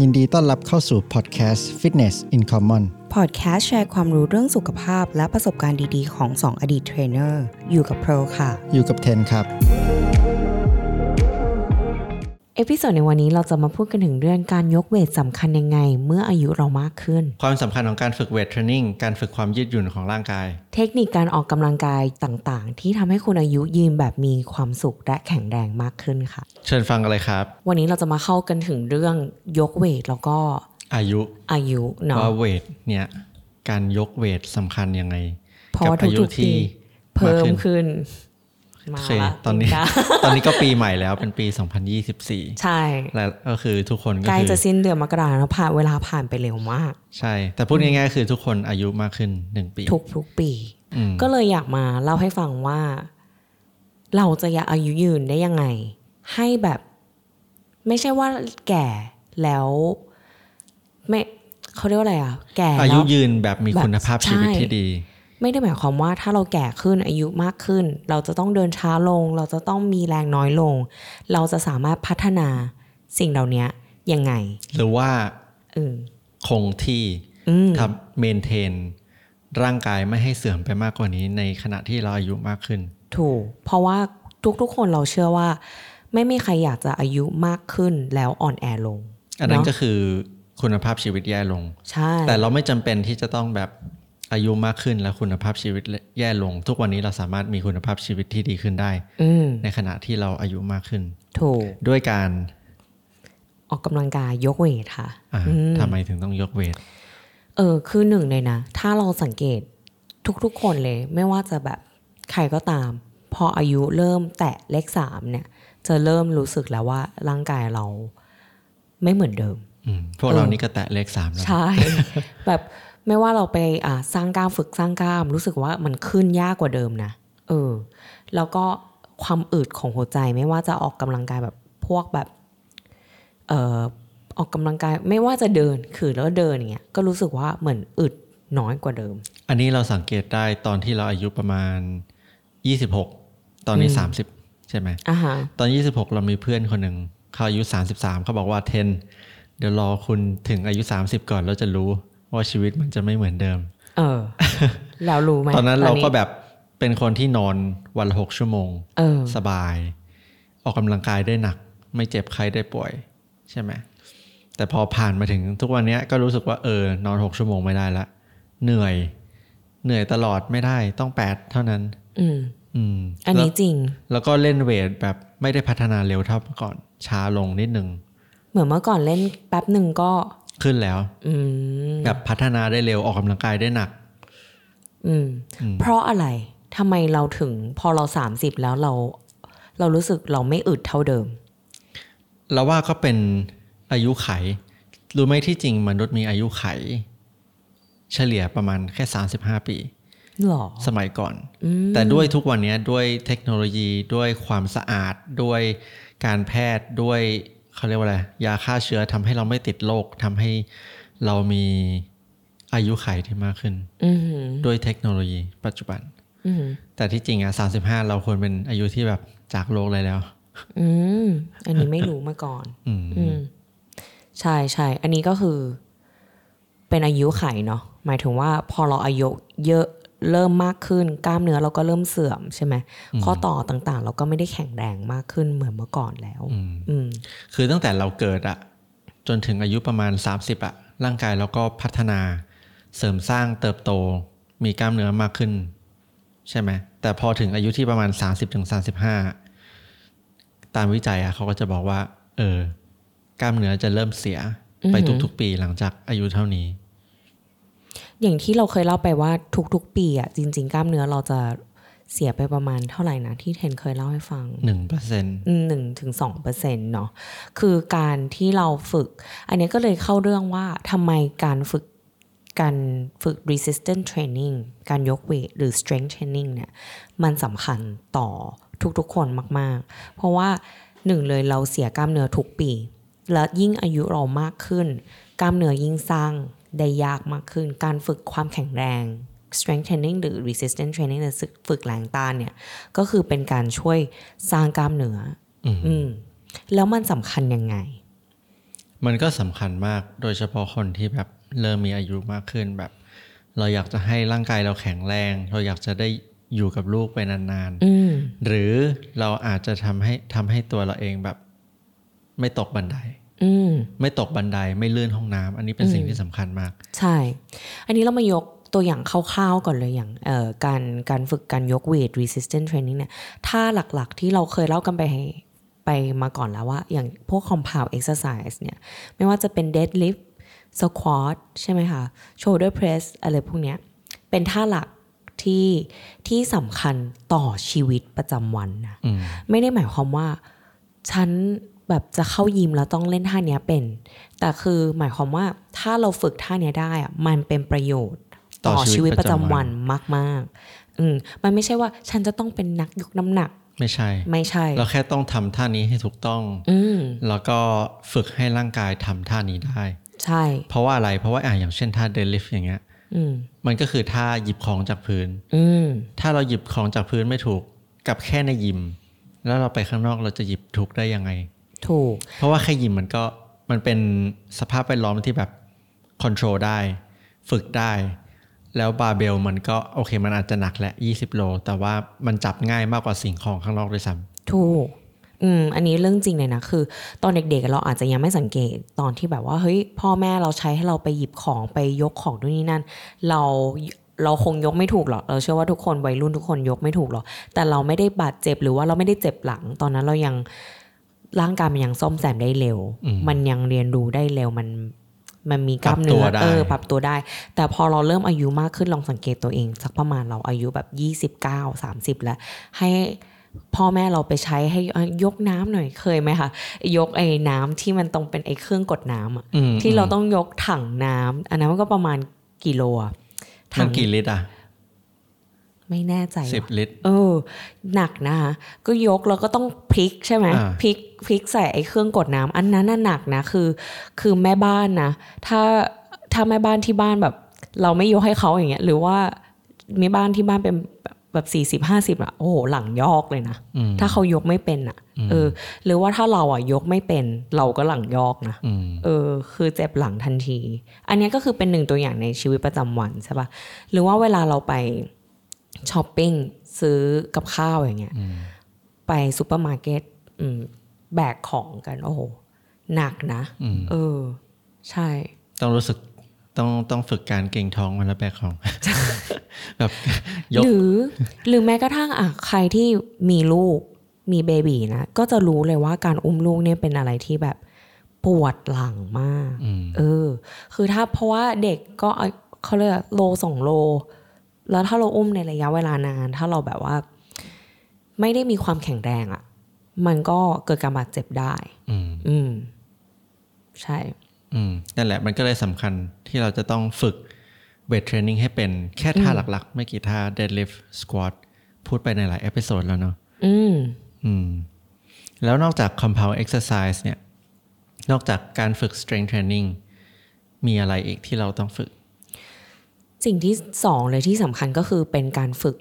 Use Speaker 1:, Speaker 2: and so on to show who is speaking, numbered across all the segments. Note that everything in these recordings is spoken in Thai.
Speaker 1: ยินดีต้อนรับเข้าสู่พอดแคสต์ Fitness in Common
Speaker 2: พอดแคสต์แชร์ความรู้เรื่องสุขภาพและประสบการณ์ดีๆ ของ 2 อดีตเทรนเนอร์ อยู่กับโปรค่ะ
Speaker 1: อยู่กับเทนครับ
Speaker 2: เอพิโซดในวันนี้เราจะมาพูดกันถึงเรื่องการยกเวทสำคัญยังไง เมื่ออายุเรามากขึ้น
Speaker 3: ความสำคัญของการฝึกเวทเทรนนิ่ง การฝึกความยืดหยุ่นของร่างกาย
Speaker 2: เทคนิคการออกกำลังกายต่างๆ ที่ทำให้คุณอายุยืนแบบมีความสุขและแข็งแรงมากขึ้นค่ะ
Speaker 3: เชิญฟังกันเลยครับ
Speaker 2: วันนี้เราจะมาเข้ากันถึงเรื่องยกเวทแล้วก็
Speaker 3: อายุ
Speaker 2: อายุเนาะ
Speaker 3: ว่าเวทเนี่ยการยกเวทสำคัญยังไง
Speaker 2: เพราะว่า
Speaker 3: กับอายุ
Speaker 2: ทุกๆที
Speaker 3: ที่
Speaker 2: เพิ่ม
Speaker 3: มากขึ้
Speaker 2: ขึ้น
Speaker 3: น โอเคตอนนี้
Speaker 2: จ้ะ
Speaker 3: ตอนนี้ก็ปีใหม่แล้วเป็นปี 2024
Speaker 2: ใช่
Speaker 3: และก็คือทุกคนก็
Speaker 2: ใกล้
Speaker 3: คื
Speaker 2: จะ
Speaker 3: อ
Speaker 2: สิ้นเดือนมกราแล้วผ่านเวลาผ่านไปเร็วมาก
Speaker 3: ใช่ แต่พูดง่ายๆ คือทุกคนอายุมากขึ้น 1 ปี
Speaker 2: ทุกทุกๆปี
Speaker 3: อืม
Speaker 2: ก็เลยอยากมาเล่าให้ฟังว่า เราจะอยากอายุยืนได้ยังไง ให้แบบ ไม่ใช่ว่าแก่แล้ว ไม่เขาเรียกว่าอะไรอะแก่
Speaker 3: อา
Speaker 2: แล้
Speaker 3: ยุ
Speaker 2: ว
Speaker 3: ยืนแบบมี
Speaker 2: แบบ
Speaker 3: คุณภาพชีวิต
Speaker 2: ใช่
Speaker 3: ที่ดี
Speaker 2: ไม่ได้หมายความว่าถ้าเราแก่ขึ้นอายุมากขึ้น เราจะต้องเดินช้าลง เราจะต้องมีแรงน้อยลง เราจะสามารถพัฒนาสิ่งเหล่านี้ยังไง
Speaker 3: หรือว่า
Speaker 2: เออ
Speaker 3: คงที่
Speaker 2: อืม
Speaker 3: ทำเมนเทนร่างกายไม่ให้เสื่อมไปมากกว่านี้ในขณะที่เราอายุมากขึ้น
Speaker 2: ถูก เพราะว่าทุกๆคนเราเชื่อว่า ไม่มีใครอยากจะอายุมากขึ้นแล้วอ่อนแอลง
Speaker 3: อันนั้น
Speaker 2: เนาะ
Speaker 3: ก็คือคุณภาพชีวิตแย่ลง
Speaker 2: ใช่
Speaker 3: แต่เราไม่จำเป็นที่จะต้องแบบอายุมากขึ้นแล้วคุณภาพชีวิตแย่ลง ทุกวันนี้เราสามารถมีคุณภาพชีวิตที่ดีขึ้นได้
Speaker 2: อืม
Speaker 3: ในขณะที่เราอายุมากขึ้น
Speaker 2: ถูก
Speaker 3: ด้วยการ
Speaker 2: ออกกำลังกายยกเวทค่ะ
Speaker 3: อ่ะ
Speaker 2: อืม
Speaker 3: ทำไมถึงต้องยกเวท
Speaker 2: เออ คือหนึ่งเลยนะ ถ้าเราสังเกตทุกๆคนเลย ไม่ว่าจะแบบใครก็ตาม พออายุเริ่มแตะเลขสามเนี่ย จะเริ่มรู้สึกแล้วว่าร่างกายเราไม่เหมือนเดิม
Speaker 3: อืมพวกเรานี่ก็แตะเลขสามแล้ว
Speaker 2: ใช่ แบบไม่ว่าเราไปอ่าสร้างกล้ามฝึกสร้างกล้าม รู้สึกว่ามันขึ้นยากกว่าเดิมนะเออ แล้วก็ความอืดของหัวใจไม่ว่าจะออกกำลังกายแบบพวกแบบเอ่อออกกำลังกายไม่ว่าจะเดินคือแล้วเดินอย่างเงี้ยก็รู้สึกว่าเหมือนอึดน้อยกว่าเดิม
Speaker 3: อันนี้เราสังเกตได้ตอนที่เราอายุประมาณ 26 ตอนนี้
Speaker 2: อืม
Speaker 3: 30 ใช่ไหม
Speaker 2: อ่าฮะ
Speaker 3: ตอน 26 เรามีเพื่อนคนหนึ่งเขาอายุ 33 เขาบอกว่าเทนเดี๋ยวรอคุณถึงอายุ 30 ก่อนเราจะรู้ว่าชีวิตมันจะไม่เหมือนเดิม
Speaker 2: เออ แล้วรู้ไหม
Speaker 3: ตอนนั้นเราก็แบบเป็นคนที่นอนวันละหกชั่วโมง
Speaker 2: เออ
Speaker 3: สบาย ออกกำลังกายได้หนัก ไม่เจ็บใครได้ป่วย ใช่ไหมแต่พอผ่านมาถึงทุกวันเนี้ยก็รู้สึกว่าเออนอนหกชั่วโมงไม่ได้ละเหนื่อย เหนื่อยตลอดไม่ได้ต้องแปดเท่านั้น
Speaker 2: อืม
Speaker 3: อืม
Speaker 2: อันนี้
Speaker 3: แล้ว
Speaker 2: จริง
Speaker 3: แล้วก็เล่นเวทแบบไม่ได้พัฒนาเร็วเท่าเมื่อก่อนช้าลงนิดนึง
Speaker 2: เหมือนเมื่อก่อนเล่นแป๊บหนึ่งก็
Speaker 3: ขึ้นแล้ว
Speaker 2: อืม
Speaker 3: แบบพัฒนาได้เร็วออกกำลังกายได้หนัก
Speaker 2: อืม
Speaker 3: อืม
Speaker 2: เพราะอะไร ทำไมเราถึงพอเราสามสิบแล้วเรา เรารู้สึกเราไม่อึดเท่าเดิม
Speaker 3: เราว่าก็เป็นอายุไข รู้ไหมที่จริงมนุษย์มีอายุไข เฉลี่ยประมาณแค่ 35 ปี
Speaker 2: หรอ
Speaker 3: สมัยก่อน
Speaker 2: อืม
Speaker 3: แต่ด้วยทุกวันเนี้ยด้วยเทคโนโลยีด้วยความสะอาด ด้วยการแพทย์ด้วยเขาเรียกว่าอะไรยาฆ่าเชื้อทำให้เราไม่ติดโรคทำให้เรามีอายุไขที่มากขึ้น
Speaker 2: อือหือ
Speaker 3: ด้วยเทคโนโลยีปัจจุบัน
Speaker 2: อือหือ
Speaker 3: แต่ที่จริงอ่ะ35 เราควรเป็นอายุที่แบบจากโลกเลยแล้ว
Speaker 2: อืม อันนี้ไม่รู้มาก่อน
Speaker 3: อืม
Speaker 2: อืม ใช่ใช่ อันนี้ก็คือ เป็นอายุไขเนาะ หมายถึงว่าพอเราอายุเยอะเริ่มมากขึ้น กล้ามเนื้อเราก็เริ่มเสื่อมใช่ไหม ข้อต่อต่างๆ เราก็ไม่ได้แข็งแรงมากขึ้นเหมือนเมื่อก่อนแล้ว
Speaker 3: อืม
Speaker 2: อืม
Speaker 3: คือตั้งแต่เราเกิดอะจนถึงอายุประมาณ 30อะร่างกายเราก็พัฒนาเสริมสร้างเติบโต มีกล้ามเนื้อมากขึ้น ใช่ไหมแต่พอถึงอายุที่ประมาณ 30ถึง35 ตามวิจัยอะเขาก็จะบอกว่า เออกล้ามเนื้อจะเริ่มเสียไป
Speaker 2: อือหือ
Speaker 3: ทุกๆ ปีหลังจากอายุเท่านี้
Speaker 2: อย่างที่เราเคยเล่าไปว่าทุกๆ ปีอ่ะจริง ๆ กล้ามเนื้อเราจะเสียไปประมาณเท่าไหร่นะที่เทนเคยเล่าให้ฟัง
Speaker 3: 1%
Speaker 2: หนึ่งถึงสองเปอร์เซ็นต์เนาะคือการที่เราฝึก อันนี้ก็เลยเข้าเรื่องว่าทำไมการฝึกการฝึก resistance training การยกเวทหรือ strength training เนี่ยมันสำคัญต่อทุกๆ คนมากๆ เพราะว่าหนึ่งเลยเราเสียกล้ามเนื้อทุกปี และยิ่งอายุเรามากขึ้น กล้ามเนื้อยิ่งสร้างได้ยากมากขึ้น การฝึกความแข็งแรง strength training หรือ resistance training หรือฝึกแรงต้านเนี่ย ก็คือเป็นการช่วยสร้างกล้ามเนื้อ
Speaker 3: อืม
Speaker 2: อืม แล้วมันสำคัญยังไง
Speaker 3: มันก็สำคัญมาก โดยเฉพาะคนที่แบบเริ่มมีอายุมากขึ้นแบบ เราอยากจะให้ร่างกายเราแข็งแรง เราอยากจะได้อยู่กับลูกไปนาน
Speaker 2: อืม
Speaker 3: ๆ หรือเราอาจจะทำให้ทำให้ตัวเราเองแบบ ไม่ตกบันได
Speaker 2: อืม
Speaker 3: ไม่ตกบันไดไม่เลื่อนห้องน้ำอันนี้เป็นสิ่งที่สำคัญมาก
Speaker 2: ใช่ อันนี้เรามายกตัวอย่างคร่าวๆก่อนเลยอย่างเอ่อการการฝึกการยกเวท resistance training เนี่ยท่าหลักๆที่เราเคยเล่ากันไปให้ไปมาก่อนแล้วว่า อย่างพวก compound exercise เนี่ย ไม่ว่าจะเป็น deadlift squat ใช่ไหมคะ shoulder press อะไรพวกเนี้ย เป็นท่าหลักที่ที่สำคัญต่อชีวิตประจำวันนะ
Speaker 3: อืม
Speaker 2: ไม่ได้หมายความว่า ฉันแบบจะเข้ายิมแล้วต้องเล่นท่าเนี้ยเป็น แต่คือหมายความว่าถ้าเราฝึกท่าเนี้ยได้อะมันเป็นประโยชน์
Speaker 3: ต่อ
Speaker 2: ต่อ
Speaker 3: ชี
Speaker 2: ชี
Speaker 3: วิ
Speaker 2: วิ
Speaker 3: ต
Speaker 2: ต
Speaker 3: ป
Speaker 2: ประ ระ
Speaker 3: จำ
Speaker 2: จำ
Speaker 3: วัน
Speaker 2: วันมาก ๆ อืมมันไม่ใช่ว่าฉันจะต้องเป็นนักยกน้ำหนัก
Speaker 3: ไม่ใช่
Speaker 2: ไม่ใช่
Speaker 3: เราแค่ต้องทำท่านี้ให้ถูกต้อง
Speaker 2: อืม
Speaker 3: แล้วก็ฝึกให้ร่างกายทำท่านี้ได้
Speaker 2: ใช่
Speaker 3: เพราะว่าอะไร เพราะว่าอ่ะอย่างเช่นท่าเดลิฟอย่างเงี้ย
Speaker 2: อืม
Speaker 3: มันก็คือท่าหยิบของจากพื้น
Speaker 2: อืม
Speaker 3: ถ้าเราหยิบของจากพื้นไม่ถูก กับแค่ในยิม แล้วเราไปข้างนอกเราจะหยิบถูกได้ยังไง
Speaker 2: ถูก
Speaker 3: เพราะว่าแค่ยิมมันก็มันเป็นสภาพแวดล้อมที่แบบค o n t r o l ได้ ฝึกได้ แล้วบาร์เบลมันก็โอเคมันอาจจะหนักแหละ 20 โล แต่ว่ามันจับง่ายมากกว่าสิ่งของข้างนอกด้วยซ้
Speaker 2: ถูก อืม อันนี้เรื่องจริงเลยนะ คือ ตอนเด็กๆ เราอาจจะยังไม่สังเกตตอนที่แบบว่า เฮ้ย พ่อแม่เราใช้ให้เราไปหยิบของไปยกของนู่นนี่นั่น เรา เราคงยกไม่ถูกหรอก เราเชื่อว่าทุกคนวัยรุ่นทุกคนยกไม่ถูกหรอก แต่เราไม่ได้บาดเจ็บหรือว่าเราไม่ได้เจ็บหลัง ตอนนั้นเรายังร่างกายมันยังซ่อมแซมได้เร็ว มันยังเรียนรู้ได้เร็ว มัน มันมีกล้ามเนื้อ เออ ปรับตัวได้ แต่พอเราเริ่มอายุมากขึ้นลองสังเกตตัวเอง สักประมาณเราอายุแบบ 29 30 แล้ว ให้พ่อแม่เราไปใช้ให้เอ้ยยกน้ำหน่อยเคยไหมคะยกไอ้น้ำที่มันตรงเป็นไอ้เครื่องกดน้ำอะ
Speaker 3: ำอืม
Speaker 2: ที่เราต้องยกถังน้ำอันนั้นมันก็ประมาณกี่โลอะ
Speaker 3: มั
Speaker 2: ถั
Speaker 3: นกี่ลิตรอ่ะ
Speaker 2: ไม่แน่ใจ
Speaker 3: สิบ
Speaker 2: ว่ะ
Speaker 3: ลิตร
Speaker 2: เออ หนักนะคะก็ยกแล้วก็ต้องพลิกใช่ไหม
Speaker 3: อ่า
Speaker 2: พลิกพลิกใส่ไอ้เครื่องกดน้ำอันนั้นน่ะหนักนะคือ คือแม่บ้านนะถ้าถ้าแม่บ้านที่บ้านแบบ เราไม่ยกให้เขาอย่างเงี้ย หรือว่าแม่บ้านที่บ้านเป็นแบบสี่สิบห้าสิบอะโอ้โหหลังยอกเลยนะ
Speaker 3: อืม
Speaker 2: ถ้าเขายกไม่เป็นอ่ะ เออ หรือว่าถ้าเราอ่ะยกไม่เป็น เราก็หลังยอกนะ
Speaker 3: อืม
Speaker 2: เออ คือเจ็บหลังทันที อันเนี้ยก็คือเป็นหนึ่งตัวอย่างในชีวิตประจำวันใช่ปะ่ะ หรือว่าเวลาเราไปช้อปปิ้งซื้อกับข้าวอย่างเงี้ย ไปซูเปอร์มาร์เก็ตอืมแบกของกัน โอ้โห หนักนะ
Speaker 3: อืม
Speaker 2: เออ ใช่
Speaker 3: ต้องรู้สึกต้องต้องฝึกการเก่งท้องมันละแบกของ แบบยก
Speaker 2: หรือหรือแม้กระทั่งอ่ะใครที่มีลูกมีเบบีนะก็จะรู้เลยว่าการอุ้มลูกเนี่ยเป็นอะไรที่แบบปวดหลังมาก
Speaker 3: อืม
Speaker 2: เออ คือถ้าเพราะว่าเด็กก็เอาเขาเรียกว่าโลสองโล แล้วถ้าเราอุ้มในระยะเวลานาน ถ้าเราแบบว่า ไม่ได้มีความแข็งแรงอะ่ะ มันก็เกิดการบาดเจ็บได้
Speaker 3: อืม
Speaker 2: อืม ใช่
Speaker 3: อืมนั่นแหละมันก็เลยสำคัญที่เราจะต้องฝึกเวทเทรนนิ่งให้เป็นแค่ท่าหลักๆ ไม่กี่ท่า deadlift squat พูดไปในหลายเอพิโซดแล้วเนาะ
Speaker 2: อืม
Speaker 3: อืม แล้วนอกจาก compound exercise เนี่ย นอกจากการฝึก strength training มีอะไรอีกที่เราต้องฝึก
Speaker 2: สิ่งที่สองเลยที่สำคัญก็คือเป็นการฝึก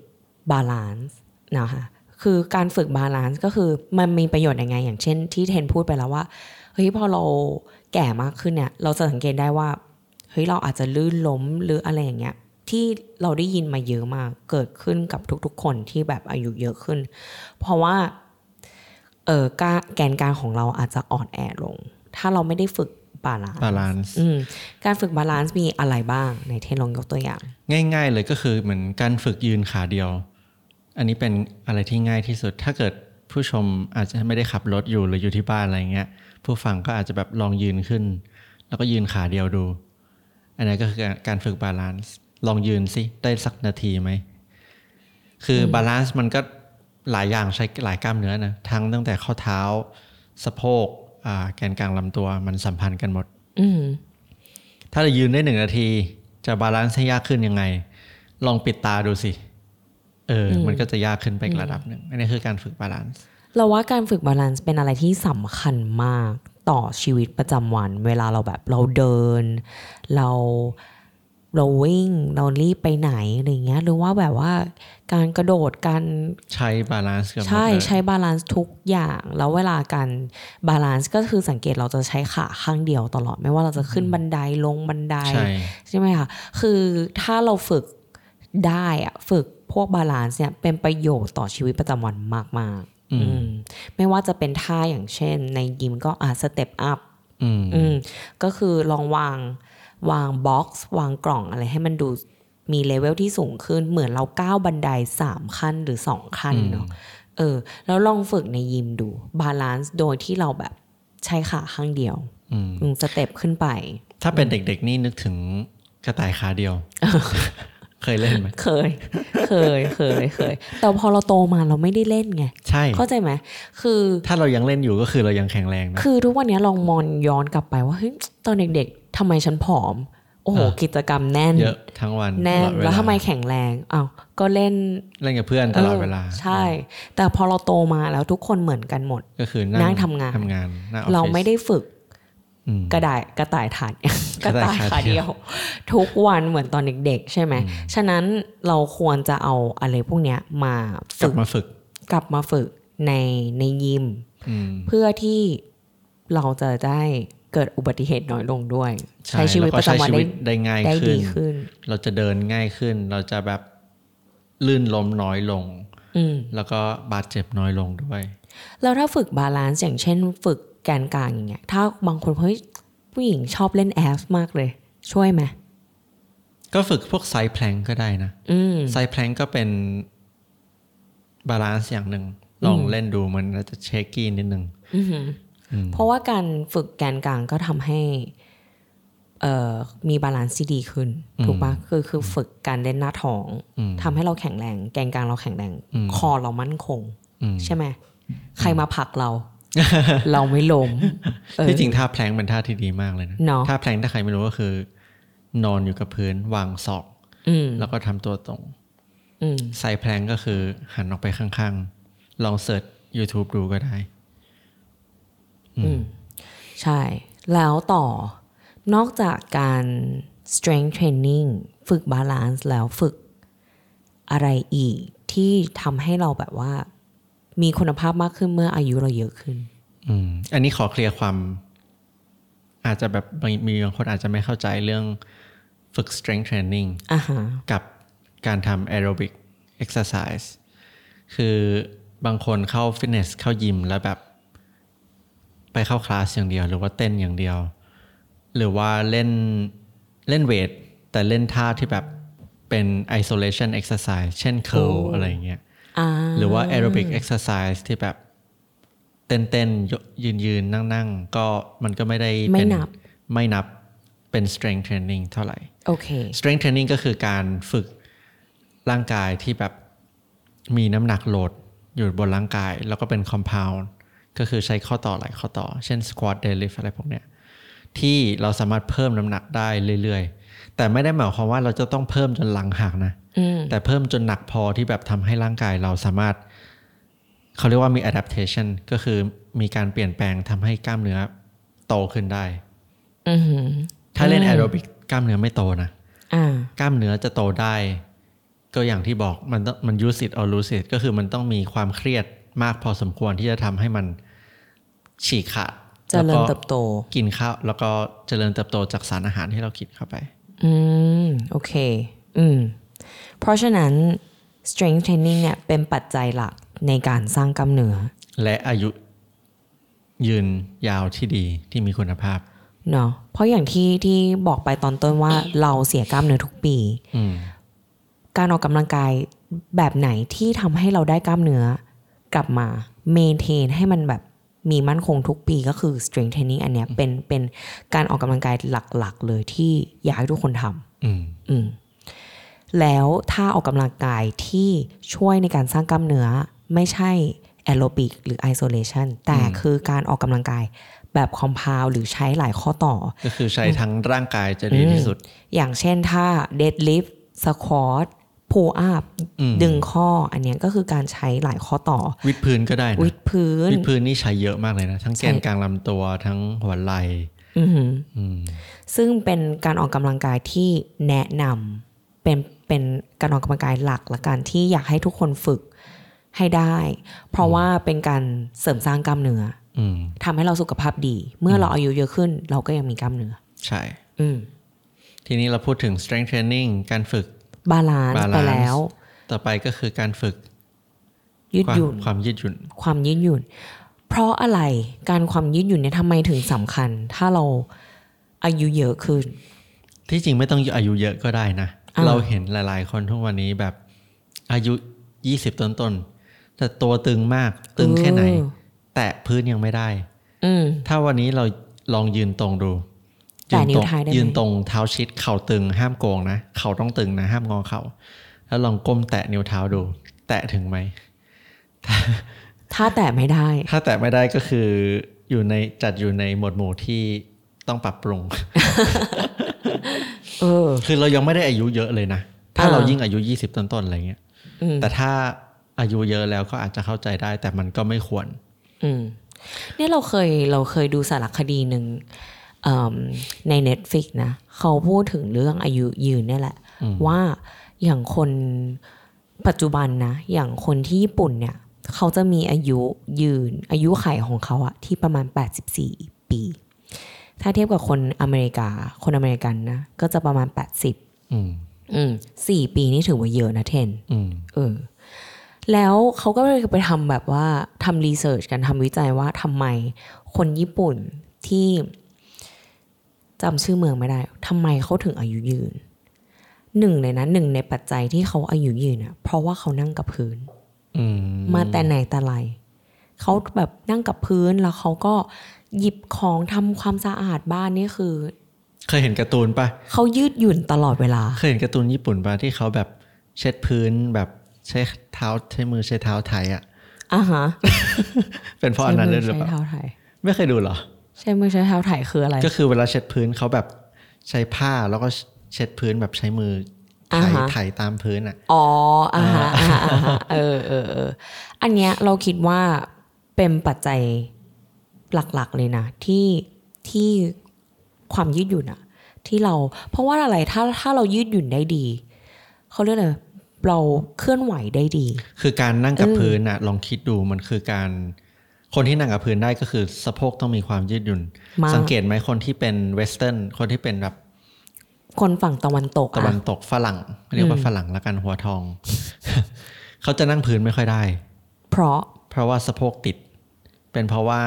Speaker 2: บาลานซ์นะคะคือการฝึกบาลานซ์ก็คือมันมีประโยชน์ยังไง อย่างเช่นที่เทนพูดไปแล้วว่าเฮ้ยพอเราแก่มากขึ้นเนี่ย เราจะสังเกตได้ว่าเฮ้ยเราอาจจะลื่นล้มหรืออะไรอย่างเงี้ย ที่เราได้ยินมาเยอะมากเกิดขึ้นกับทุกๆ คนที่แบบอายุเยอะขึ้น เพราะว่าเออกล้าแกนกลางของเราอาจจะอ่อนแอลง ถ้าเราไม่ได้ฝึกบาลานซ์
Speaker 3: balance
Speaker 2: อืมการฝึกบาลานซ์มีอะไรบ้างในเทนลองยกตัวอย่าง
Speaker 3: ง่ายๆเลยก็คือเหมือนการฝึกยืนขาเดียว อันนี้เป็นอะไรที่ง่ายที่สุด ถ้าเกิดผู้ชมอาจจะไม่ได้ขับรถอยู่หรืออยู่ที่บ้านอะไรเงี้ย ผู้ฟังก็อาจจะแบบลองยืนขึ้น แล้วก็ยืนขาเดียวดู อันนี้ก็คือการการฝึกบาลานซ์ลองยืนสิได้สักนาทีไหม คือบาลานซ์มันก็หลายอย่างใช้หลายกล้ามเนื้อนะทั้งตั้งแต่ข้อเท้า สะโพกอ่าแกนกลางลำตัวมันสัมพันธ์กันหมด
Speaker 2: อืม
Speaker 3: ถ้าเรายืนได้หนึ่งนาที จะบาลานซ์ให้ยากขึ้นยังไง ลองปิดตาดูสิ เอออมันก็จะยากขึ้นไปอีกระดับหนึ่งอันนี้คือการฝึกบาลานซ์
Speaker 2: เราว่าการฝึกบาลานซ์เป็นอะไรที่สำคัญมากต่อชีวิตประจำวัน เวลาเราแบบเราเดิน เรา เราวิ่งเรารีบไปไหนอะไรเงี้ยหรือว่าแบบว่าการกระโดดการ
Speaker 3: ใช้บาลานซ์กับ
Speaker 2: ใช่
Speaker 3: หมดเลย
Speaker 2: ใช้บาลานซ์ทุกอย่าง แล้วเวลาการบาลานซ์ก็คือสังเกตเราจะใช้ขาข้างเดียวตลอด ไม่ว่าเราจะขึ้นบันไดลงบันได
Speaker 3: ใช่
Speaker 2: ใช่ไหมคะคือถ้าเราฝึกได้อะฝึกพวกบาลานซ์เนี่ยเป็นประโยชน์ต่อชีวิตประจำวันมากๆ
Speaker 3: อืม
Speaker 2: อืมไม่ว่าจะเป็นท่าอย่างเช่น ในยิมก็อ่ะสเต็ปอัพ
Speaker 3: อืม
Speaker 2: อืมก็คือลองวางวางบ็อกซ์วางกล่องอะไรให้มันดูมีเลเวลที่สูงขึ้นเหมือนเราก้าวบันไดสามขั้นหรือสองขั้นเนาะเออ แล้วลองฝึกในยิมดูบาลานซ์โดยที่เราแบบใช้ขาข้างเดียว
Speaker 3: อืม
Speaker 2: อืมสเต็ปขึ้นไป
Speaker 3: ถ้าเป็นเด็กๆนี่นึกถึงกระต่ายขาเดี ยว เคยเล่นไหม
Speaker 2: เคย เคยเคยเคย แต่พอเราโตมาเราไม่ได้เล่นไง
Speaker 3: ใช่
Speaker 2: เข้าใจไหมคือ
Speaker 3: ถ้าเรายังเล่นอยู่ก็คือเรายังแข็งแรงนะ
Speaker 2: คือทุกวันเนี้ยลองมองย้อนกลับไปว่าเฮ้ยตอนเด็กๆทำไมฉันผอม โอ้โห
Speaker 3: อ่ะ
Speaker 2: กิจกรรมแน่น
Speaker 3: เยอะทั้งวัน
Speaker 2: แน่น
Speaker 3: ตอดเา
Speaker 2: แล้วทำไมแข็งแรงอ้าวก็เล่น
Speaker 3: เล่นกับเพื่อนตลอดเวลา
Speaker 2: ใช่ แต่พอเราโตมาแล้วทุกคนเหมือนกันหมด
Speaker 3: ก็คือ
Speaker 2: นั่
Speaker 3: นั่
Speaker 2: งทำงาน
Speaker 3: ทำงานหน้ออฟฟิศ
Speaker 2: เราไม่ได้ฝึก
Speaker 3: อืม
Speaker 2: กระดาย กระต่ายถาน ก
Speaker 3: ก
Speaker 2: ระ
Speaker 3: ระ
Speaker 2: ต่า
Speaker 3: ต่าย ย
Speaker 2: ขา
Speaker 3: ขาเดี
Speaker 2: เดีย
Speaker 3: ยว ว
Speaker 2: ทุกวันเหมือนตอนเด็กๆ ใช่ไหมฉะนั้นเราควรจะเอาอะไรพวกเนี้ยมาก
Speaker 3: ลั
Speaker 2: ฝึ
Speaker 3: บ
Speaker 2: ก
Speaker 3: มาฝึก
Speaker 2: กลับมาฝึกในในยิม
Speaker 3: อืม
Speaker 2: เพื่อที่เราจะได้เกิดอุบัติเหตุน้อยลงด้วย ใช้ชีวิต
Speaker 3: แล้
Speaker 2: ประจำวัน
Speaker 3: ใช้ชี
Speaker 2: ได้
Speaker 3: ได้ง่าย
Speaker 2: ได้
Speaker 3: ขึ้
Speaker 2: ดี
Speaker 3: น
Speaker 2: ขึ้น
Speaker 3: เราจะเดินง่ายขึ้น เราจะแบบลื่นล้มน้อยลง
Speaker 2: อืม
Speaker 3: แล้วก็บาดเจ็บน้อยลงด้วย
Speaker 2: แล้วถ้าฝึกบาลานซ์อย่างเช่นฝึกแกนกลางอย่างเงี้ย ถ้าบางคนเฮ้ยผู้หญิงชอบเล่นแอฟมากเลย ช่วยไหม
Speaker 3: ก็ฝึกพวกไซด์แพลงก็ได้นะ
Speaker 2: อืม
Speaker 3: ไซด์แพลงก็เป็นบาลานซ์อย่างหนึ่ง ลองเล่นดูมันอาจจะเชคกี้นิดนึง
Speaker 2: อือหืออ
Speaker 3: ม
Speaker 2: เพราะว่าการฝึกแกนกลางก็ทำให้เอ่อมีบาลานซ์ที่ดีขึ้น ถูกปะคือคือฝึกการเล่นหน้าท้อง
Speaker 3: อืม
Speaker 2: ทำให้เราแข็งแรง แกนกลางเราแข็งแรง
Speaker 3: อืม
Speaker 2: คอเรามั่นคง
Speaker 3: อืม
Speaker 2: ใช่ไหมใครมาผลักเรา เราไม่ล้มเออ
Speaker 3: ที่จริงท่าแพลงเป็นท่าที่ดีมากเลยนะ
Speaker 2: เนอะ
Speaker 3: ท่าแพลงถ้าใครไม่รู้ก็คือ นอนอยู่กับพื้นวางศอก
Speaker 2: อืม
Speaker 3: แล้วก็ทำตัวตรง
Speaker 2: อืม
Speaker 3: ไซด์แพลงก็คือหันออกไปข้างๆ ลองเสิร์ช YouTube ดูก็ได้
Speaker 2: อืมใช่ แล้วต่อ นอกจากการ strength training ฝึก balance แล้วฝึกอะไรอีก ที่ทำให้เราแบบว่า มีคุณภาพมากขึ้นเมื่ออายุเราเยอะขึ้น
Speaker 3: อืมอันนี้ขอเคลียร์ความ อาจจะแบบมีมีบางคนอาจจะไม่เข้าใจเรื่องฝึก strength training
Speaker 2: อ่าฮะ
Speaker 3: กับการทำ aerobic exercise คือบางคนเข้าฟิตเนสเข้ายิมแล้วแบบ ไปเข้าคลาสอย่างเดียว หรือว่าเต้นอย่างเดียว หรือว่าเล่นเล่นเวท แต่เล่นท่าที่แบบเป็น isolation exercise เช่น curl อะไรอย่างเงี้ย
Speaker 2: อ่า
Speaker 3: หรือว่าแอโรบิกเอ็กซ์ไซส์ที่แบบเต้นเต้นยืนยืนๆ นั่งนั่งๆ ก็มันก็ไม่ได้
Speaker 2: ไม่
Speaker 3: เป็น
Speaker 2: นับ
Speaker 3: ไม่นับเป็น strength training เท่าไหร่
Speaker 2: โอเค
Speaker 3: strength training ก็คือการฝึกร่างกายที่แบบมีน้ำหนักโหลดอยู่บนร่างกาย แล้วก็เป็น compound ก็คือใช้ข้อต่อหลายข้อต่อ เช่น squat deadlift อะไรพวกเนี้ยที่เราสามารถเพิ่มน้ำหนักได้เรื่อยๆ แต่ไม่ได้หมายความว่าเราจะต้องเพิ่มจนหลังหักนะ
Speaker 2: อืม
Speaker 3: แต่เพิ่มจนหนักพอที่แบบทำให้ร่างกายเราสามารถ เขาเรียกว่ามี adaptation ก็คือมีการเปลี่ยนแปลงทำให้กล้ามเนื้อโตขึ้นได้
Speaker 2: อือหือ
Speaker 3: ถ้าเล่นแอโรบิกกล้ามเนื้อไม่โตนะ
Speaker 2: อ่า
Speaker 3: กล้ามเนื้อจะโตได้ ก็อย่างที่บอกมันต้องมัน use it or lose it ก็คือมันต้องมีความเครียดมากพอสมควรที่จะทำให้มันฉีกขาด
Speaker 2: เจริญ
Speaker 3: แล้วก็
Speaker 2: เติบโต
Speaker 3: กินข้าวแล้วก็เจริญเติบโตจากสารอาหารที่เรากินเข้าไป
Speaker 2: อืม โอเค อืม เพราะฉะนั้น strength training เนี่ยเป็นปัจจัยหลักในการสร้างกล้ามเนื้อ
Speaker 3: และอายุยืนยาวที่ดีที่มีคุณภาพ
Speaker 2: เนาะเพราะอย่างที่ที่บอกไปตอนต้นว่า เราเสียกล้ามเนื้อทุกปี
Speaker 3: อืม
Speaker 2: การออกกำลังกายแบบไหนที่ทำให้เราได้กล้ามเนื้อ กลับมาเมนเทนให้มันแบบมีมั่นคงทุกปีก็คือ strength training อันเนี้ยเป็นเป็นการออกกำลังกายหลักๆ เลยที่อยากให้ทุกคนท
Speaker 3: อืม
Speaker 2: ำอืมแล้วถ้าออกกำลังกายที่ช่วยในการสร้างกล้ามเนื้อ ไม่ใช่แอโรบิกหรือ isolation แต่คือการออกกำลังกายแบบ compound หรือใช้หลายข้อต่อ
Speaker 3: ก็คือใช้ทั้งร่างกายจะดีที่สุด
Speaker 2: อย่างเช่นถ้าเดดลิฟสควอตพูอัพ
Speaker 3: อืม
Speaker 2: ดึงข้อ อันเนี้ยก็คือการใช้หลายข้อต่อ
Speaker 3: วิดพื้นก็ได้นะ
Speaker 2: วิดพื้น
Speaker 3: วิดพื้นนี่ใช้เยอะมากเลยนะ ทั้งแกน
Speaker 2: ใช่
Speaker 3: กลางลำตัวทั้งหัวไหล่
Speaker 2: อือหือ
Speaker 3: อืม
Speaker 2: ซึ่งเป็นการออกกำลังกายที่แนะนำเป็นเป็นการออกกำลังกายหลักละกันที่อยากให้ทุกคนฝึกให้ได้ เพราะว่าเป็นการเสริมสร้างกล้ามเนื้อ
Speaker 3: อืม
Speaker 2: ทำให้เราสุขภาพดี เมื่อเราอายุเยอะขึ้น เราก็ยังมีกล้ามเนื้อ
Speaker 3: ใช่
Speaker 2: อืม
Speaker 3: ทีนี้เราพูดถึง strength training การฝึก
Speaker 2: บาลานซ์ไป
Speaker 3: balance
Speaker 2: แล้ว
Speaker 3: ต่อไปก็คือการฝึก
Speaker 2: ยืด
Speaker 3: ความ
Speaker 2: หยุ่น
Speaker 3: ความยืดหยุ่น
Speaker 2: ความยืดหยุ่น เพราะอะไรการความยืดหยุ่นเนี่ยทำไมถึงสำคัญ ถ้าเราอายุเยอะขึ้น
Speaker 3: ที่จริงไม่ต้องอายุเยอะก็ได้นะ
Speaker 2: อ่า
Speaker 3: เราเห็นหลายๆ คนทุกวันนี้แบบอายุ 20 ต้นๆ แต่ตัวตึงมากตึงแค่ไหน
Speaker 2: เออ
Speaker 3: แตะพื้นยังไม่ได้
Speaker 2: อืม
Speaker 3: ถ้าวันนี้เราลองยืนตรงดู
Speaker 2: แตะนิ้ว
Speaker 3: ตรง
Speaker 2: ท้ายได้ไหม
Speaker 3: ยืนตรงเท้าชิดเข่าตึงห้ามโกงนะเข่าต้องตึงนะห้ามงอเข่าแล้วลองก้มแตะนิ้วเท้าดู แตะถึงไหม
Speaker 2: ถ้าแต่ไม่ได้
Speaker 3: ถ้าแตะไม่ได้ก็คืออยู่ในจัดอยู่ในหมวดหมู่ที่ต้องปรับปรุ ง
Speaker 2: เออ
Speaker 3: คือเรายังไม่ได้อายุเยอะเลยนะ ถ้า
Speaker 2: อ่า
Speaker 3: เรายิ่งอายุ 20 ต้นๆอะไรเงี้ย
Speaker 2: อืม
Speaker 3: แต่ถ้าอายุเยอะแล้วก็อาจจะเข้าใจได้ แต่มันก็ไม่ควร
Speaker 2: อืมเนี่ยเราเคยเราเคยดูสารคดีหนึ่งเอิ่มใน Netflix นะ เขาพูดถึงเรื่องอายุยืนเนี่ยแหละ ว่าอย่างคนปัจจุบันนะ อย่างคนที่ญี่ปุ่นเนี่ย เขาจะมีอายุยืน อายุไขของเขาอะที่ประมาณ 84 ปี ถ้าเทียบกับคนอเมริกา คนอเมริกันนะ ก็จะประมาณ 80
Speaker 3: อืม
Speaker 2: อืมสี่ปีนี่ถือว่าเยอะนะเทน
Speaker 3: อืม
Speaker 2: เออแล้วเขาก็เลยไปทำแบบว่าทำรีเสิร์ชกันทำวิจัยว่าทำไมคนญี่ปุ่นที่จำชื่อเมืองไม่ได้ทำไมเขาถึงอายุยืน หนึ่งในนั้นหนึ่งในปัจจัยที่เขาอายุยืนอะเพราะว่าเขานั่งกับพื้น
Speaker 3: อืม
Speaker 2: มาแต่ไหนแต่ไรเขาแบบนั่งกับพื้นแล้วเขาก็หยิบของทำความสะอาดบ้านนี่คือ
Speaker 3: เคยเห็นการ์ตูนปะ
Speaker 2: เขายืดหยุ่นตลอดเวลา
Speaker 3: เคยเห็นการ์ตูนญี่ปุ่นปะที่เขาแบบเช็ดพื้นแบบใช้เท้าใช้มือใช้เท้าไถอ่ะ
Speaker 2: อ่ะฮะ
Speaker 3: เป็นเพราะอันนั้นด้วยหรือ
Speaker 2: ใช้
Speaker 3: เป
Speaker 2: มือ
Speaker 3: ล่า
Speaker 2: ใช้เท้าไถ่าย
Speaker 3: ไม่เคยดูเหรอ
Speaker 2: ใช้มือใช้เท้าไถ่ายคืออะไร
Speaker 3: ก็คือเวลาเช็ดพื้นเขาแบบใช้ผ้าแล้วก็เช็ดพื้นแบบใช้มือไถ
Speaker 2: อ่าฮะ
Speaker 3: ไถตามพื้นอ่ะ
Speaker 2: อ๋ออ่าฮะอ่าฮะอ่าฮะเออเออเออ อันเนี้ยเราคิดว่าเป็นปัจจัยหลักๆเลยนะ ที่ที่ความยืดหยุ่นอะที่เรา เพราะว่าอะไรถ้าถ้าเรายืดหยุ่นได้ดีเขาเรียกอะไรเราเคลื่อนไหวได้ดี
Speaker 3: คือการนั่งกับพื้นน่ะลองคิดดูมันคือการ คนที่นั่งกับพื้นได้ก็คือสะโพกต้องมีความยืดหยุ่น
Speaker 2: มาก
Speaker 3: สังเกตไหมคนที่เป็นเวสเทิร์นคนที่เป็นแบบ
Speaker 2: คนฝั่งตะวันตก
Speaker 3: ตะ
Speaker 2: อะ
Speaker 3: วันตกฝรั่ง เรียกว่า
Speaker 2: อืม
Speaker 3: ฝรั่งละกันหัวทอง เขาจะนั่งพื้นไม่ค่อยได้
Speaker 2: เพราะ
Speaker 3: เพราะว่าสะโพกติด เป็นเพราะว่า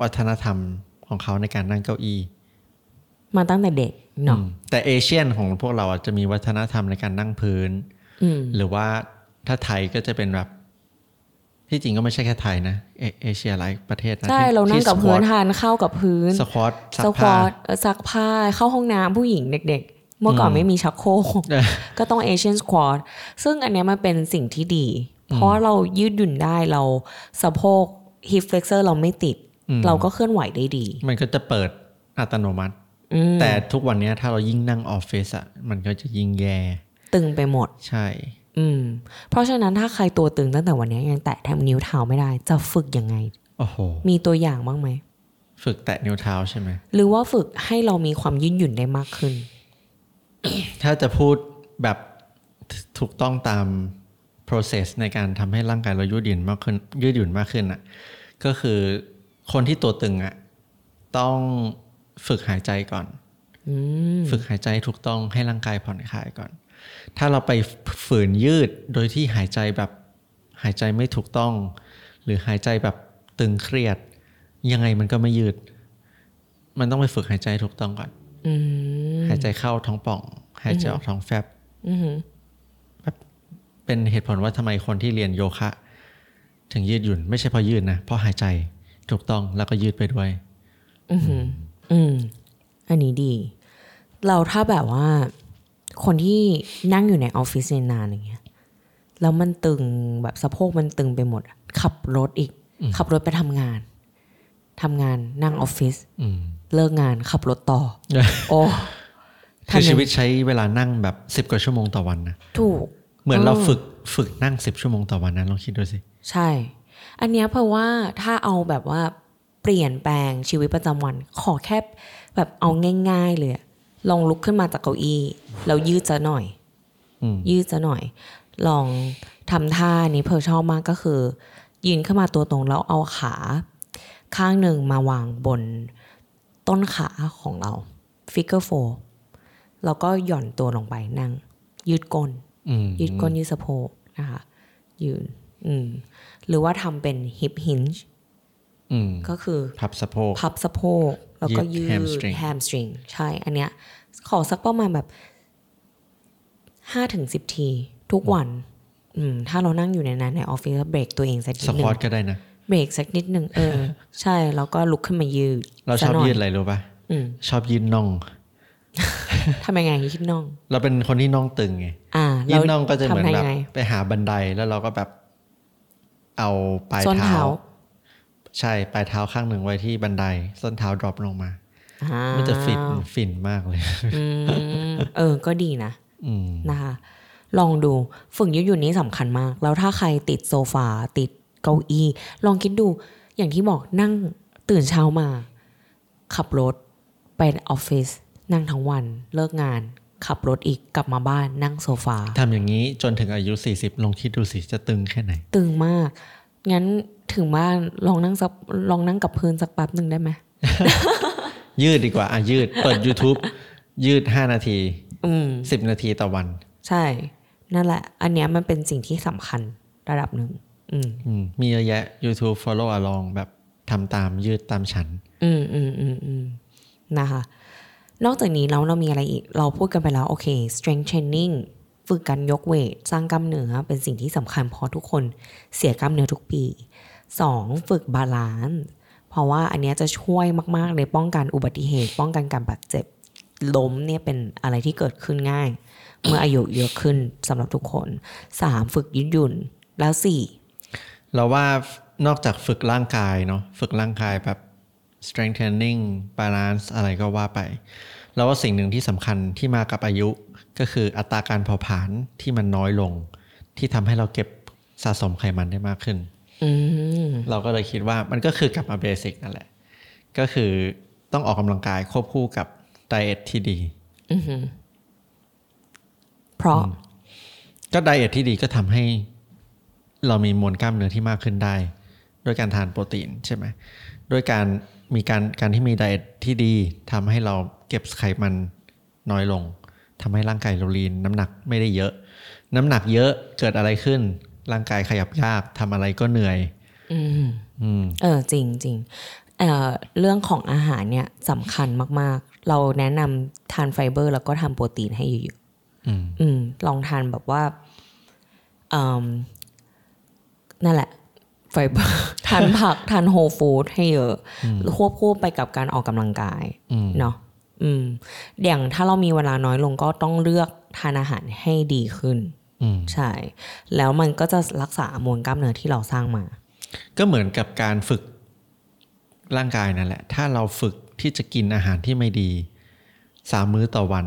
Speaker 3: วัฒนธรรมของเขาในการนั่งเก้าอี้
Speaker 2: มาตั้งแต่เด็กเนาะ
Speaker 3: อืมแต่เอเชียนของพวกเราอ่ะจะมีวัฒนธรรมในการนั่งพื้น
Speaker 2: อืม
Speaker 3: หรือว่าถ้าไทยก็จะเป็นแบบ ที่จริงก็ไม่ใช่แค่ไทยนะ เอเอเชียหลายประเทศนะ
Speaker 2: ใช่
Speaker 3: ที่
Speaker 2: เรานั่งกับพื้น
Speaker 3: ที่
Speaker 2: ทานข้าวกับพื้น
Speaker 3: สควอตส
Speaker 2: ส
Speaker 3: ควอต
Speaker 2: ควอต
Speaker 3: ซักผ้า
Speaker 2: เอ่อซักผ้าเข้าห้องน้ำผู้หญิงเด็ก ๆ เมื่อก่อน
Speaker 3: อืม
Speaker 2: ไม่มีชักโค รก
Speaker 3: เออ
Speaker 2: ก็ต้องเอเชียนสควอตซึ่งอันเนี้ยมันเป็นสิ่งที่ดี เพราะเรายืดหยุ่นได้เราสะโพกฮิปเฟล็กเซอร์เราไม่ติด
Speaker 3: อืม
Speaker 2: เราก็เคลื่อนไหวได้ดี
Speaker 3: มันก็จะเปิดอัตโนมัติ
Speaker 2: อืม
Speaker 3: แต่ทุกวันเนี้ยถ้าเรายิ่งนั่งออฟฟิศอะมันก็จะยิ่งแย่
Speaker 2: ตึงไปหมด
Speaker 3: ใช่
Speaker 2: อืม เพราะฉะนั้นถ้าใครตัวตึงตั้งแต่วันเนี้ยยังแตะแทมนิ้วเท้าไม่ได้ จะฝึกยังไง
Speaker 3: โอ้โห
Speaker 2: มีตัวอย่างบ้างไหม
Speaker 3: ฝึกแตะนิ้วเท้าใช่ไหม
Speaker 2: หรือว่าฝึกให้เรามีความยืดหยุ่นได้มากขึ้น
Speaker 3: ถ้าจะพูดแบบถูกต้องตาม process ในการทำให้ร่างกายเรายืดหยุ่นมากขึ้น ยืดหยุ่นมากขึ้นอ่ะ ก็คือคนที่ตัวตึงอ่ะต้องฝึกหายใจก่อน
Speaker 2: อืม
Speaker 3: ฝึกหายใจให้ถูกต้องให้ร่างกายผ่อนคลายก่อน ถ้าเราไปฝืนยืดโดยที่หายใจแบบหายใจไม่ถูกต้อง หรือหายใจแบบตึงเครียด ยังไงมันก็ไม่ยืด มันต้องไปฝึกหายใจให้ถูกต้องก่อน
Speaker 2: อืม
Speaker 3: หายใจเข้าท้องป่อง หายใจออกท้องแฟบ
Speaker 2: อือหือ
Speaker 3: เป็นเหตุผลว่าทำไมคนที่เรียนโยคะ ถึงยืดหยุ่น ไม่ใช่เพราะยืดนะ เพราะหายใจถูกต้องแล้วก็ยืดไปด้วย
Speaker 2: อือหือ อืม อันนี้ดี เราถ้าแบบว่าคนที่นั่งอยู่ในออฟฟิศนานๆอย่างเงี้ย แล้วมันตึงแบบสะโพกมันตึงไปหมดอะขับรถอีก ขับรถไปทำงานทำงานนั่งออฟฟิศ
Speaker 3: อืม
Speaker 2: เลิกงานขับรถต่อ โอ้
Speaker 3: คือ
Speaker 2: ทำยัง
Speaker 3: ชีวิตใช้เวลานั่งแบบสิบ10 กว่าชั่วโมงต่อวันนะ
Speaker 2: ถูก
Speaker 3: เหมือนเราฝึกฝึกนั่งสิบชั่วโมงต่อวันนะลองคิดดูสิ
Speaker 2: ใช่ อันเนี้ยเพราะว่าถ้าเอาแบบว่า เปลี่ยนแปลงชีวิตประจำวัน ขอแค่แบบเอาง่าย ๆ เลยอะลองลุกขึ้นมาจากเก้าอี้แล้วยืดจะหน่อย
Speaker 3: อืม
Speaker 2: ยืดซะหน่อย ลองทำท่านี้เพอร์ชอบมากก็คือ ยืนขึ้นมาตัวตรงแล้วเอาขา ข้างหนึ่งมาวางบนต้นขาของเราฟิกเกอร์โฟแล้วก็หย่อนตัวลงไปนั่ง ยืดก้น
Speaker 3: อืม
Speaker 2: ยืดก้นยืดสะโพกนะคะ ยืนอืมหรือว่าทำเป็นฮิปฮินจ์
Speaker 3: อืม
Speaker 2: ก็คือ
Speaker 3: พับสะโพก
Speaker 2: พับสะโพก แล้วก็
Speaker 3: ยื
Speaker 2: ยื
Speaker 3: ด
Speaker 2: ด
Speaker 3: hamstring
Speaker 2: แฮมสตริงใช่ อันเนี้ยขอสักประมาณแบบห้าถึงสิบที ทุกวัน อืม ถ้าเรานั่งอยู่ในนั้นในออฟฟิศแล้วเบรกตัวเองสักนิดห
Speaker 3: สค
Speaker 2: นึ่
Speaker 3: วอต
Speaker 2: ง
Speaker 3: ก็ได้นะ
Speaker 2: เบรกสักนิดหนึ่งเอ อ ใช่ แล้วก็ลุกขึ้นมายืด
Speaker 3: เราช
Speaker 2: สักห
Speaker 3: อบ
Speaker 2: น่
Speaker 3: ยืดอะไรรู้ป่ะ
Speaker 2: อื ม
Speaker 3: ชอบยืดน่อง
Speaker 2: ทำยังไงยืดน่อง
Speaker 3: เราเป็นคนที่น่องตึงไง
Speaker 2: อ่า
Speaker 3: ยื
Speaker 2: เรา
Speaker 3: ดน่องก็จะเหมือน
Speaker 2: ทำ
Speaker 3: แบ
Speaker 2: ยัง
Speaker 3: บ
Speaker 2: ไง
Speaker 3: ไปหาบันไดแล้วเราก็แบบเอาปลาย
Speaker 2: ส้น
Speaker 3: เท้า
Speaker 2: เท้า
Speaker 3: ใช่ปลายเท้าข้างหนึ่งไว้ที่บันได ส้นเท้าดรอปลงมา
Speaker 2: อ่า
Speaker 3: มันจะฟินฟินมากเลย
Speaker 2: อืมเออ ก็ดีนะ
Speaker 3: อืม
Speaker 2: นะคะลองดูฝึกยืดหยุ่นนี้สำคัญมาก แล้วถ้าใครติดโซฟาติดเก้าอี้ ลองคิดดูอย่างที่บอกนั่งตื่นเช้ามา ขับรถไปออฟฟิศนั่งทั้งวันเลิกงาน ขับรถอีกกลับมาบ้านนั่งโซฟา
Speaker 3: ทำอย่างนี้จนถึงอายุ 40 ลองคิดดูสิจะตึงแค่ไหน
Speaker 2: ตึงมาก งั้นถึงบ้านลองนั่งสักลองนั่งกับพื้นสักแป๊บหนึ่งได้ไหม
Speaker 3: ยืดดีกว่า อ่ะ ยืด เปิด YouTube ยืด 5 นาที
Speaker 2: อืม
Speaker 3: 10 นาทีต่อวัน
Speaker 2: ใช่ นั่นแหละ อันเนี้ยมันเป็นสิ่งที่สำคัญระดับหนึ่งอืม
Speaker 3: อืมมีเยอะแยะ YouTube follow along แบบทำตามยืดตามฉัน
Speaker 2: อืมอืมอืมอืมนะคะ นอกจากนี้แล้วเรามีอะไรอีก เราพูดกันไปแล้ว โอเค strength training ฝึกการยกเวท สร้างกล้ามเนื้อเป็นสิ่งที่สำคัญเพราะทุกคนเสียกล้ามเนื้อทุกปี 2. ฝึกบาลานซ์เพราะว่าอันเนี้ยจะช่วยมากๆเลยป้องกันอุบัติเหตุ ป้องกันการบาดเจ็บ ล้มเนี่ยเป็นอะไรที่เกิดขึ้นง่าย เมื่ออายุเยอะขึ้นสำหรับทุกคน 3. ฝึกยืดหยุ่นแล้ว 4.
Speaker 3: เราว่านอกจากฝึกร่างกายเนาะฝึกร่างกายแบบ strength training balance อะไรก็ว่าไป แล้วว่าสิ่งหนึ่งที่สำคัญที่มากับอายุก็คืออัตราการเผาผลาญที่มันน้อยลง ที่ทำให้เราเก็บสะสมไขมันได้มากขึ้น
Speaker 2: อืม
Speaker 3: เราก็เลยคิดว่ามันก็คือกลับมาเบสิกนั่นแหละ ก็คือต้องออกกำลังกายควบคู่กับไดเอทที่ดี
Speaker 2: อื้อหือเพราะ
Speaker 3: ก็ไดเอทที่ดีก็ทำให้เรามีมวลกล้ามเนื้อที่มากขึ้นได้ ด้วยการทานโปรตีนใช่ไหมด้วยการมีการการที่มีไดเอทที่ดีทำให้เราเก็บไขมันน้อยลงทำให้ร่างกายเราลีน น้ำหนักไม่ได้เยอะ น้ำหนักเยอะเกิดอะไรขึ้น ร่างกายขยับยากทำอะไรก็เหนื่อย
Speaker 2: อืม
Speaker 3: อืม
Speaker 2: เออจริงจริงเอ่อเรื่องของอาหารเนี่ยสำคัญมาก ๆ เราแนะนำทานไฟเบอร์ แล้วก็ทานโปรตีนให้เยอะ
Speaker 3: อืม
Speaker 2: ๆอืม ลองทานแบบว่าเอิ่มนั่นแหละ ไฟเบอร์ ทานผัก ทานโฮลฟู้ดให้เยอะ ควบคู่ไปกับการออกกำลังกาย
Speaker 3: อืม
Speaker 2: เนาะอืม อย่างถ้าเรามีเวลาน้อยลงก็ต้องเลือกทานอาหารให้ดีขึ้น
Speaker 3: อืม
Speaker 2: ใช่ แล้วมันก็จะรักษามวลกล้ามเนื้อที่เราสร้างมา
Speaker 3: ก็เหมือนกับการฝึกร่างกายนั่นแหละ ถ้าเราฝึกที่จะกินอาหารที่ไม่ดีสามมื้อต่อวัน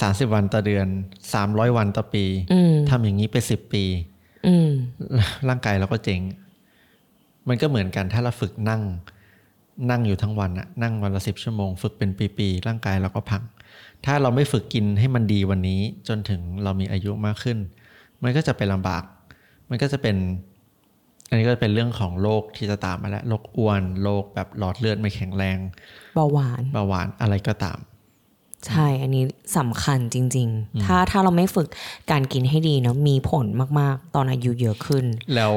Speaker 3: สามสิบวันต่อเดือนสามร้อยวันต่อปี
Speaker 2: อืม
Speaker 3: ทำอย่างนี้ไปสิบปี
Speaker 2: อืม
Speaker 3: ร่างกายเราก็เจ๋ง มันก็เหมือนกันถ้าเราฝึกนั่ง นั่งอยู่ทั้งวันอะนั่งวันละสิบชั่วโมง ฝึกเป็นปีๆร่างกายเราก็พัง ถ้าเราไม่ฝึกกินให้มันดีวันนี้ จนถึงเรามีอายุมากขึ้น มันก็จะไปลำบาก มันก็จะเป็น อันนี้ก็เป็นเรื่องของโรคที่จะตามมาแล้วโรคอ้วนโรคแบบหลอดเลือดไม่แข็งแรง
Speaker 2: เบาหวาน
Speaker 3: เบาหวานอะไรก็ตาม
Speaker 2: ใช่ อันนี้สำคัญจริง ๆ ถ้าถ้าเราไม่ฝึกการกินให้ดีเนาะมีผลมาก ๆ ตอนอายุเยอะขึ้น
Speaker 3: แล้ว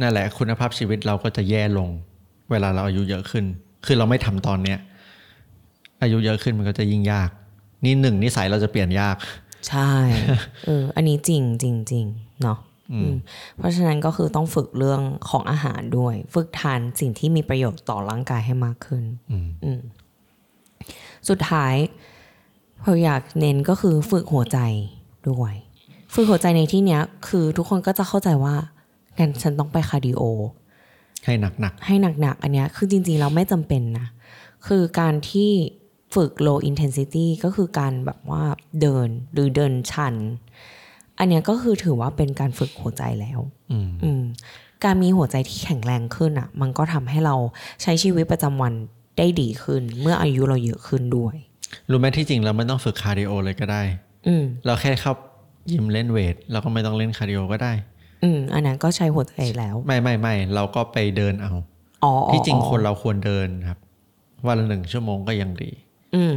Speaker 3: นั่นแหละคุณภาพชีวิตเราก็จะแย่ลง เวลาเราอายุเยอะขึ้น คือเราไม่ทำตอนเนี้ยอายุเยอะขึ้นมันก็จะยิ่งยาก นี่หนึ่งนิสัยเราจะเปลี่ยนยาก
Speaker 2: ใช่ เออ อันนี้จริงจริงจริงเนาะอืมเพราะฉะนั้นก็คือต้องฝึกเรื่องของอาหารด้วย ฝึกทานสิ่งที่มีประโยชน์ต่อร่างกายให้มากขึ้น
Speaker 3: อืม
Speaker 2: อืม สุดท้ายเราอยากเน้นก็คือฝึกหัวใจด้วย ฝึกหัวใจในที่เนี้ย คือทุกคนก็จะเข้าใจว่างั้นฉันต้องไปคาร์ดิโอ
Speaker 3: ให้หนักหนัก
Speaker 2: ให้หนักๆ อันเนี้ยคือจริงๆ เราไม่จำเป็นนะ คือการที่ฝึก low intensity ก็คือการแบบว่าเดินหรือเดินชัน อันเนี้ยก็คือถือว่าเป็นการฝึกหัวใจแล้ว
Speaker 3: ๆอืม
Speaker 2: อืม การมีหัวใจที่แข็งแรงขึ้นอะ่ะ มันก็ทำให้เราใช้ชีวิตประจำวันได้ดีขึ้น เมื่ออายุเราเยอะขึ้นด้วย
Speaker 3: รู้ไหมที่จริงเราไม่ต้องฝึกคาร์ดิโอเลยก็ได้
Speaker 2: อืม
Speaker 3: เราแค่เข้ายิมเล่นเวทเราก็ไม่ต้องเล่นคาร์ดิโอก็ได้
Speaker 2: อืม อันนั้นก็ใช้หัวใจแล้ว
Speaker 3: ไม่ไม่ไม่เราก็ไปเดินเอา
Speaker 2: อ๋ออ๋อ
Speaker 3: ที่จริง
Speaker 2: อ๋อ
Speaker 3: คนเราควรเดินครับ วันละหนึ่งชั่วโมงก็ยังดี
Speaker 2: อืม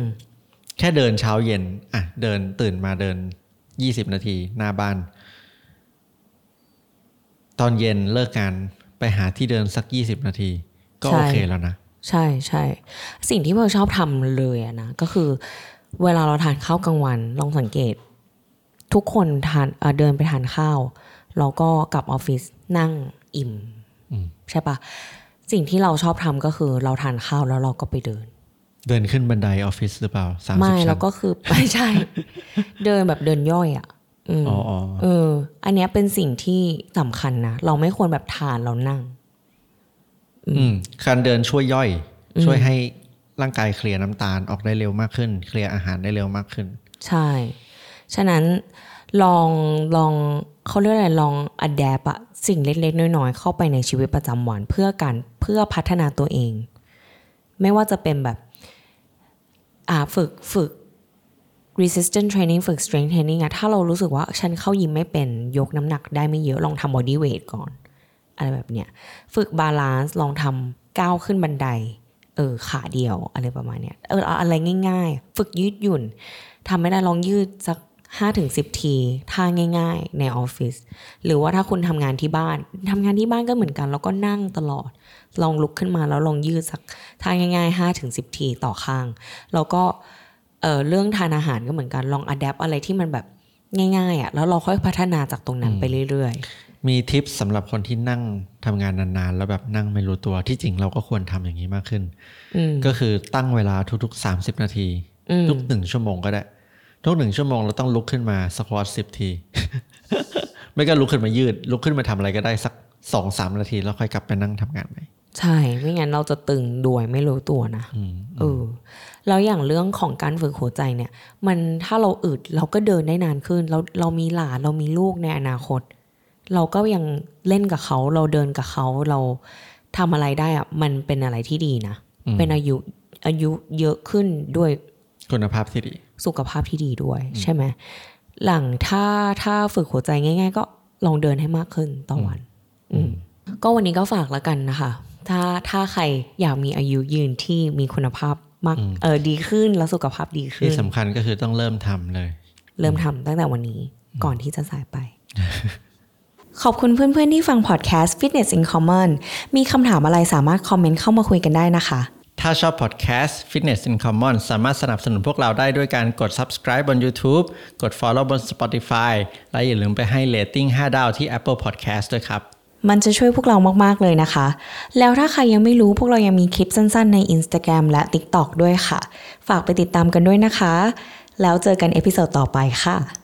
Speaker 3: แค่เดินเช้าเย็น อ่ะ เดินตื่นมาเดินยี่สิบนาทีหน้าบ้าน ตอนเย็นเลิกงานไปหาที่เดินสักยี่สิบนาที ก็โอเค
Speaker 2: ใช่
Speaker 3: แล้วนะ
Speaker 2: ใช่ใช่สิ่งที่เพิร์ลชอบทำเลยอะนะก็คือ เวลาเราทานข้าวกลางวันลองสังเกต ทุกคนทานเอ่อเดินไปทานข้าวแล้วก็กลับออฟฟิศนั่งอิ่ม
Speaker 3: อืม
Speaker 2: ใช่ปะสิ่งที่เราชอบทำก็คือเราทานข้าวแล้วเราก็ไปเดิน
Speaker 3: เดินขึ้นบันไดออฟฟิศหรือเปล่าสามสิ
Speaker 2: ไม่
Speaker 3: บชั้
Speaker 2: แล้ว
Speaker 3: น
Speaker 2: ก็คือ ไม่ใช่ เดินแบบเดินย่อยอะอืม
Speaker 3: อ๋ออ๋อ
Speaker 2: เออ อันเนี้ยเป็นสิ่งที่สำคัญนะเราไม่ควรแบบทานแล้วนั่ง
Speaker 3: อืมการเดินช่วยย่อย ช่วยให้ร่างกายเคลียร์น้ำตาลออกได้เร็วมากขึ้น เคลียร์อาหารได้เร็วมากขึ้น
Speaker 2: ใช่ ฉะนั้นลองลองเขาเรียกอะไรลองอัดแอปอะสิ่งเล็ก ๆ น้อย ๆ เข้าไปในชีวิตประจำวันเพื่อการเพื่อพัฒนาตัวเอง ไม่ว่าจะเป็นแบบ อ่าฝึกฝึก resistance training ฝึก strength training อะถ้าเรารู้สึกว่าฉันเข้ายิมไม่เป็นยกน้ำหนักได้ไม่เยอะลองทำ body weight ก่อน อะไรแบบเนี้ย ฝึกบาลานซ์ลองทำก้าวขึ้นบันได เออขาเดียวอะไรประมาณเนี้ยเออเอาอะไรง่าย ๆ ฝึกยืดหยุ่น ทำไม่ได้ลองยืดสัก 5-10 ทีท่าง่ายๆ ในออฟฟิศหรือว่าถ้าคุณทำงานที่บ้านทำงานที่บ้านก็เหมือนกัน แล้วก็นั่งตลอด ลองลุกขึ้นมาแล้วลองยืดสักท่าง่ายๆ 5-10 ทีต่อข้าง แล้วก็เอ่อเรื่องทานอาหารก็เหมือนกันลองอัดแอปอะไรที่มันแบบง่ายๆอะ่ะแล้วเราค่อยพัฒนาจากตรงนั้นไปเรื่อย
Speaker 3: มีทิปสำหรับคนที่นั่งทำงานนานๆ แล้วแบบนั่งไม่รู้ตัวที่จริงเราก็ควรทำอย่างนี้มากขึ้น
Speaker 2: ๆ อืม
Speaker 3: ก็คือตั้งเวลาทุก ๆ 30 นาที
Speaker 2: อืม
Speaker 3: ทุกหนึ่งชั่วโมงก็ได้ ทุกหนึ่งชั่วโมงเราต้องลุกขึ้นมาสควอตสิบที ไม่ก็ลุกขึ้นมายืด ลุกขึ้นมาทำอะไรก็ได้สักสองสามนาที แล้วค่อยกลับไปนั่งทำงานใหม่
Speaker 2: ใช่ไม่งั้นเราจะตึงโดยไม่รู้ตัวนะ
Speaker 3: อืม
Speaker 2: เออแล้วอย่างเรื่องของการฝึกหัวใจเนี่ย มันถ้าเราอึดเราก็เดินได้นานขึ้น เราเรามีหลานเรามีลูกในอนาคต เราก็ยังเล่นกับเขาเราเดินกับเขาเราทำอะไรได้อะมันเป็นอะไรที่ดีนะ
Speaker 3: อืม
Speaker 2: เป็นอายุอายุเยอะขึ้นด้วย
Speaker 3: คุณภาพที่ดี
Speaker 2: สุขภาพที่ดีด้วย ใช่ไหมหลังถ้าถ้าฝึกหัวใจง่าย ๆ ก็ลองเดินให้มากขึ้นต่อวัน อืมก็วันนี้ก็ฝากแล้วกันนะคะ ถ้าถ้าใครอยากมีอายุยืนที่มีคุณภาพมาก เออดีขึ้นแล้วสุขภาพดีขึ้
Speaker 3: ที่
Speaker 2: น
Speaker 3: สำคัญก็คือต้องเริ่มทำเลย
Speaker 2: เริ่มทำตั้งแต่วันนี้ก่อนที่จะสายไป ขอบคุณเพื่อนๆที่ฟังพอดแคสต์ Fitness in Common มีคำถามอะไรสามารถคอมเมนต์เข้ามาคุยกันได้นะคะ
Speaker 3: ถ้าชอบพอดแคสต์ Fitness in Common สามารถสนับสนุนพวกเราได้ด้วยการกด subscribe บน YouTube กด follow บน Spotify และอย่าลืมไปให้เ a ตติ้ง5ดาวที่ Apple Podcast ด้วยครับ
Speaker 2: มันจะช่วยพวกเรามากๆเลยนะคะ แล้วถ้าใครยังไม่รู้พวกเรายังมีคลิปสั้นๆใน Instagram และ TikTok ด้วยค่ะ ฝากไปติดตามกันด้วยนะคะ แล้วเจอกันเอพิโซดต่อไปค่ะ